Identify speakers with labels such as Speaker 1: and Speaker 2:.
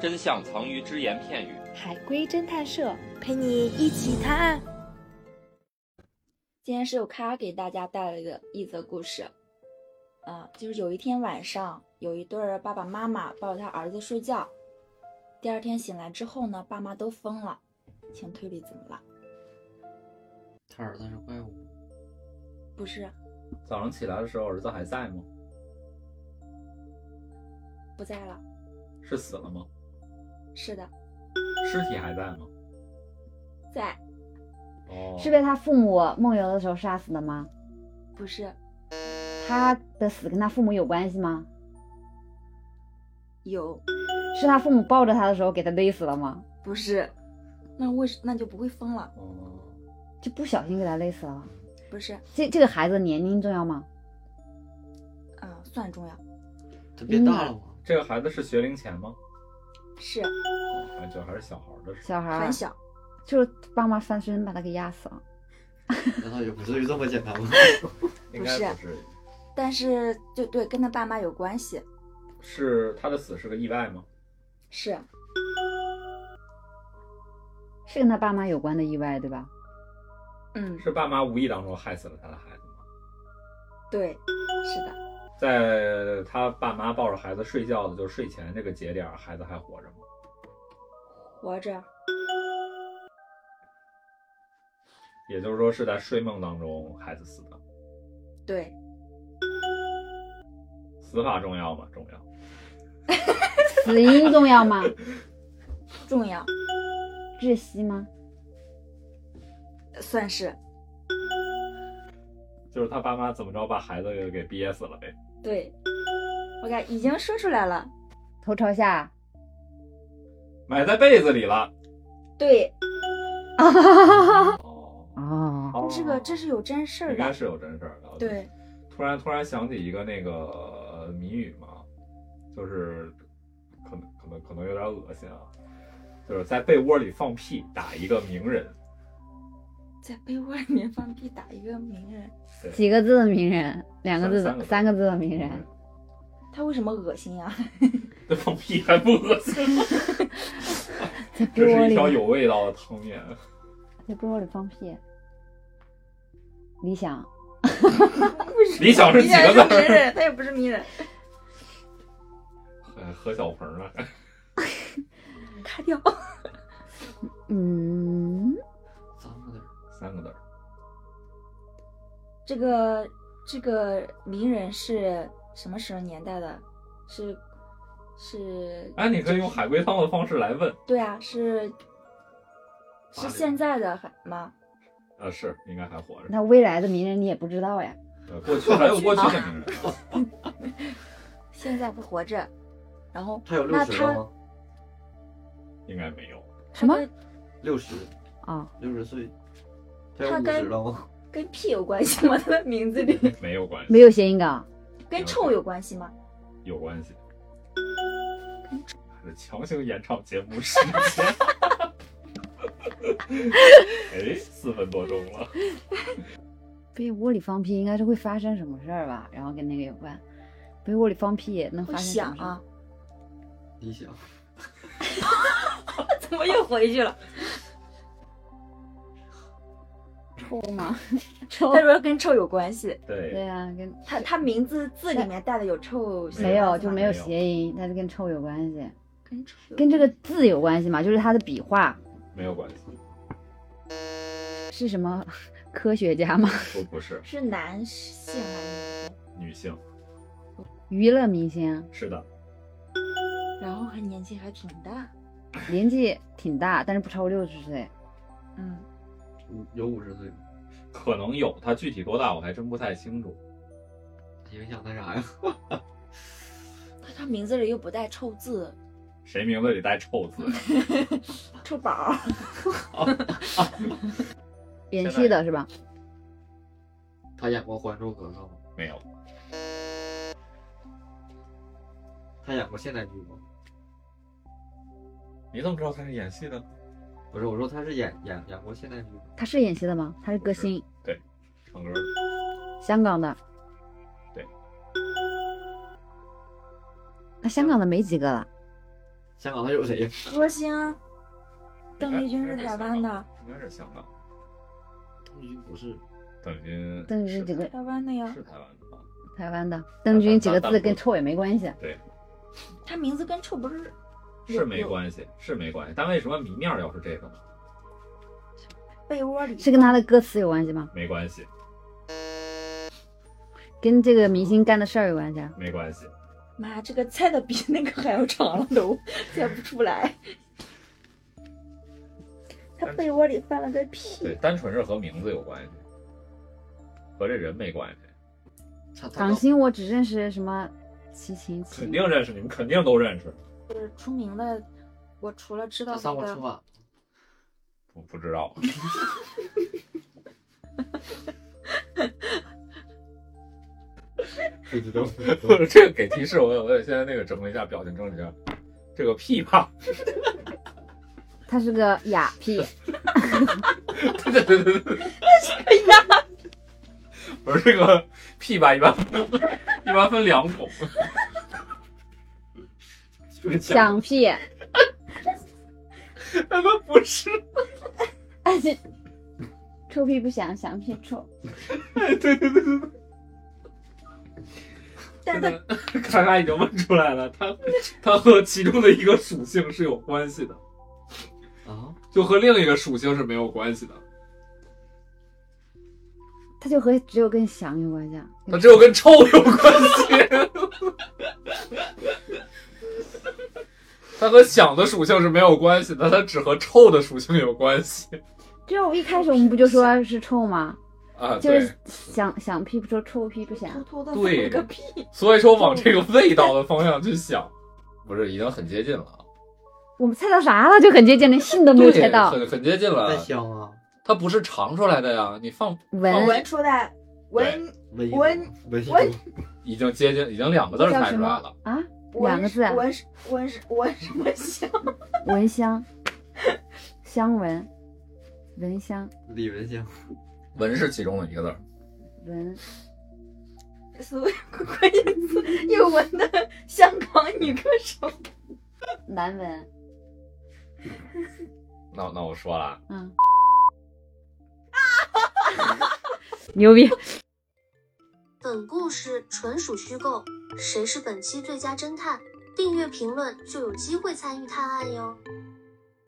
Speaker 1: 真相藏于只言片语。
Speaker 2: 海龟侦探社陪你一起探案。今天是由卡尔给大家带来的一则故事，啊，就是有一天晚上，有一对儿爸爸妈妈抱着他儿子睡觉，第二天醒来之后呢，爸妈都疯了，请推理怎么了？
Speaker 3: 他儿子是怪物，
Speaker 2: 不是
Speaker 4: 早上起来的时候，儿子还在吗？
Speaker 2: 不在了，
Speaker 4: 是死了吗？
Speaker 2: 是的，
Speaker 4: 尸体还在吗？
Speaker 2: 在
Speaker 4: 哦，
Speaker 5: 是被他父母梦游的时候杀死的吗？
Speaker 2: 不是
Speaker 5: 他的死跟他父母有关系吗？
Speaker 2: 有
Speaker 5: 是他父母抱着他的时候给他勒死了吗？
Speaker 2: 不是，那为什那就不会疯了？
Speaker 4: 哦，
Speaker 5: 就不小心给他勒死了。
Speaker 2: 不是
Speaker 5: 这这个孩子年龄重要吗？
Speaker 2: 啊，算重要，
Speaker 3: 他
Speaker 2: 嗯
Speaker 3: 变大了吗？
Speaker 4: 这个孩子是学龄前吗？
Speaker 2: 是
Speaker 4: 感觉还是小孩儿的时候。
Speaker 5: 小孩儿啊
Speaker 2: 很小，
Speaker 5: 就是爸妈翻身把他给压死了。
Speaker 3: 难道也不至于这么简单吗？
Speaker 4: 应该不至于。
Speaker 2: 但是就对跟他爸妈有关系，
Speaker 4: 是他的死是个意外吗？
Speaker 2: 是
Speaker 5: 是跟他爸妈有关的意外，对吧？
Speaker 2: 嗯
Speaker 4: 是爸妈无意当中害死了他的孩子吗？
Speaker 2: 对，是的。
Speaker 4: 在他爸妈抱着孩子睡觉的，就是睡前这个节点儿，孩子还活着吗？
Speaker 2: 活着，
Speaker 4: 也就是说是在睡梦当中孩子死的。
Speaker 2: 对，
Speaker 4: 死法重要吗？重要。
Speaker 5: 死因重 要吗？
Speaker 2: 重要，
Speaker 5: 窒息吗？
Speaker 2: 算是
Speaker 4: 就是他爸妈怎么着把孩子给憋死了呗？
Speaker 2: 对。我感已经说出来了，
Speaker 5: 头朝 下？
Speaker 4: 埋在被子里 了。
Speaker 2: 对，
Speaker 4: 哦，
Speaker 5: 哦，
Speaker 4: 哦
Speaker 2: 这个这是有真事儿
Speaker 4: 应该
Speaker 2: 的，
Speaker 4: 是有真事儿的。
Speaker 2: 对，
Speaker 4: 突然突然想起一个那个呃谜语嘛，就是可能可能可能有点恶心啊，就是在被窝里放屁打一个名人，
Speaker 2: 在被窝里面放屁打一个名人，
Speaker 5: 几个字的名人，两个字
Speaker 4: 三
Speaker 5: 的，
Speaker 4: 个字
Speaker 5: 三个字的名人。
Speaker 2: 他为什么恶心呀、啊
Speaker 4: 这放屁还不恶心 吗？
Speaker 5: 在被
Speaker 4: 这
Speaker 5: 窝
Speaker 4: 是一
Speaker 5: 里，
Speaker 4: 条有味道的汤面。嗯
Speaker 5: 在被窝里放屁。理想，
Speaker 4: 理想是
Speaker 2: 明
Speaker 4: 几个字
Speaker 2: 显是名
Speaker 4: 儿？
Speaker 2: 人，他也不是名人，
Speaker 4: 何何小鹏呢？
Speaker 2: 卡掉。
Speaker 5: 嗯，
Speaker 3: 三个字儿，
Speaker 4: 三个字儿。
Speaker 2: 这个这个名人是什么时候年代的？是是，
Speaker 4: 哎，你可以用海龟汤的方式来问。
Speaker 2: 对啊，是是
Speaker 3: 八零
Speaker 2: 现在的还吗？
Speaker 4: 呃，是应该还活着。
Speaker 5: 那未来的名人你也不知道呀。
Speaker 4: 呃过 去还有过去的名人啊，
Speaker 2: 现在不活着，然后
Speaker 3: 他有六
Speaker 2: 那
Speaker 3: 十
Speaker 2: 他
Speaker 3: 了吗？
Speaker 4: 应该没有。
Speaker 5: 什么
Speaker 2: 他跟
Speaker 3: 六十，
Speaker 5: 啊、
Speaker 3: 六十岁，他有
Speaker 2: 他
Speaker 3: 五
Speaker 2: 该
Speaker 3: 十了吗？
Speaker 2: 跟屁有关系吗？他的名字里
Speaker 4: 没有关系，
Speaker 5: 没有谐音梗，
Speaker 2: 跟臭有关系吗？
Speaker 4: 有关系。还是强行延长节目时间。哎，四分多钟了。
Speaker 5: 被窝里放屁应该是会发生什么事儿吧？然后跟那个有关，被窝里放屁能
Speaker 2: 会
Speaker 5: 发生什
Speaker 2: 想
Speaker 5: 么事儿？
Speaker 2: 啊，
Speaker 3: 理想，
Speaker 2: 怎么又回去了？
Speaker 5: 臭 吗？臭
Speaker 2: 他说跟臭有关 系，
Speaker 4: 对
Speaker 5: 对，啊，跟
Speaker 2: 他他名字字里面带的有臭，
Speaker 5: 没有
Speaker 2: 字
Speaker 5: 就
Speaker 2: 吗
Speaker 5: 没有
Speaker 4: 啊没有
Speaker 5: 谐音，但是跟臭有关系，
Speaker 2: 跟臭有
Speaker 5: 跟这个字有关系嘛？就是他的笔画
Speaker 4: 没有关系，
Speaker 5: 是什么 科学家吗？
Speaker 4: 不不是
Speaker 2: 是男性还是
Speaker 4: 女性，
Speaker 5: 娱乐明星，
Speaker 4: 是的，
Speaker 2: 女性？然后还年纪还挺大，
Speaker 5: 年纪挺大，但是不超过六十岁。
Speaker 2: 嗯，
Speaker 3: 五有五十岁吗？
Speaker 4: 可能有，她具体多大我还真不太清楚。
Speaker 3: 影响他啥呀？
Speaker 2: 他他名字里又不带臭字，
Speaker 4: 谁名字里带臭字？
Speaker 2: 臭宝，
Speaker 5: 演
Speaker 4: 现
Speaker 5: 戏
Speaker 4: 在
Speaker 5: 的是吧？
Speaker 3: 他演过《还珠格格》吗？
Speaker 4: 没有，
Speaker 3: 他演过现代剧吗？
Speaker 4: 你怎么知道她是演戏的？
Speaker 3: 不是，我说他是演演演过现代剧吗？
Speaker 5: 他是演戏的吗？他是歌星，
Speaker 4: 唱歌的
Speaker 5: 香港的。
Speaker 4: 对。
Speaker 5: 那香港的没几个了，
Speaker 3: 香港他有谁呀？
Speaker 2: 歌星，邓丽君是台湾的，
Speaker 4: 应该是香港，
Speaker 3: 邓丽君不是，
Speaker 4: 邓丽君，
Speaker 5: 邓丽君几个
Speaker 2: 台湾的呀，
Speaker 4: 是台湾的吧？
Speaker 5: 台湾的邓丽君几个
Speaker 4: 大
Speaker 5: 字
Speaker 4: 大
Speaker 5: 跟臭也没关系。啊
Speaker 2: 她名字跟臭不是
Speaker 4: 是没关系，是没关系。但为什么谜面要是这个呢？
Speaker 2: 被窝里
Speaker 5: 是跟他的歌词有关系吗？
Speaker 4: 没关系，
Speaker 5: 跟这个明星干的事儿有关系？啊？
Speaker 4: 没关系。
Speaker 2: 妈，这个猜的比 那个还要长了都，猜不出 来。他被窝里放了个
Speaker 4: 对，
Speaker 2: 屁，
Speaker 4: 单纯是和名字有关系，和这人没关系。
Speaker 3: 他他
Speaker 5: 港星我只认识什么齐秦齐
Speaker 4: 肯，定认识，你们肯定都认识。
Speaker 2: 就是出名的。我除了知道
Speaker 3: 他
Speaker 2: 那
Speaker 3: 上过春
Speaker 2: 个，
Speaker 3: 晚，
Speaker 4: 我不知道，
Speaker 3: 不知道。
Speaker 4: 这个给提示，我有我有现在那个整理一下表情，整理一下。这个屁吧，
Speaker 5: 他是个哑屁，
Speaker 4: 对对对对对，
Speaker 2: 哎呀，
Speaker 4: 不是这个屁吧，一般一般分两种，
Speaker 5: 响屁，
Speaker 4: 他们不是，
Speaker 5: 哎这 臭屁不响，响屁臭。
Speaker 4: 对对对对对，
Speaker 2: 但他
Speaker 4: 咔咔已经问出来了，它它和其中的一个属性是有关系的，
Speaker 3: 啊，
Speaker 4: 就和另一个属性是没有关系的，
Speaker 5: 他就和只有跟翔有关系啊，
Speaker 4: 它只有跟臭有关系。 它和响的属性是没有关系的，它只和臭的属性有关系
Speaker 5: 就一开始我们不就说是臭吗？
Speaker 4: 啊。
Speaker 5: 就
Speaker 4: 对
Speaker 5: 是，响响屁不臭，臭屁不响
Speaker 2: 偷。偷的放
Speaker 4: 对
Speaker 2: 了个屁，
Speaker 4: 所以说往这个味道的方向去想， 不是已经很接近了啊，
Speaker 5: 我们猜到啥了？就很接近，连信都没有猜
Speaker 4: 对
Speaker 5: 到。
Speaker 4: 很很接近
Speaker 3: 太
Speaker 4: 了。
Speaker 3: 香啊！
Speaker 4: 它不是尝出来的呀，你放
Speaker 5: 闻
Speaker 4: 放
Speaker 2: 闻出来，闻
Speaker 3: 文艺
Speaker 2: 文
Speaker 3: 文艺
Speaker 2: 文
Speaker 4: 已经接近，已经两个字儿
Speaker 5: 叫
Speaker 4: 猜
Speaker 5: 什
Speaker 4: 出
Speaker 5: 么
Speaker 4: 来了。
Speaker 5: 啊？
Speaker 2: 闻
Speaker 5: 两个字啊
Speaker 2: 闻闻闻什么香？
Speaker 5: 闻香，香闻，闻香，
Speaker 3: 李文香，
Speaker 4: 文是其中的一个字儿，
Speaker 5: 闻
Speaker 2: 所以关键词又闻的香港女歌手，
Speaker 5: 难闻。
Speaker 4: 那那我说了啊，
Speaker 5: 嗯，牛逼！
Speaker 6: 本故事纯属虚构，谁是本期最佳侦探？订阅评论就有机会参与探案哟。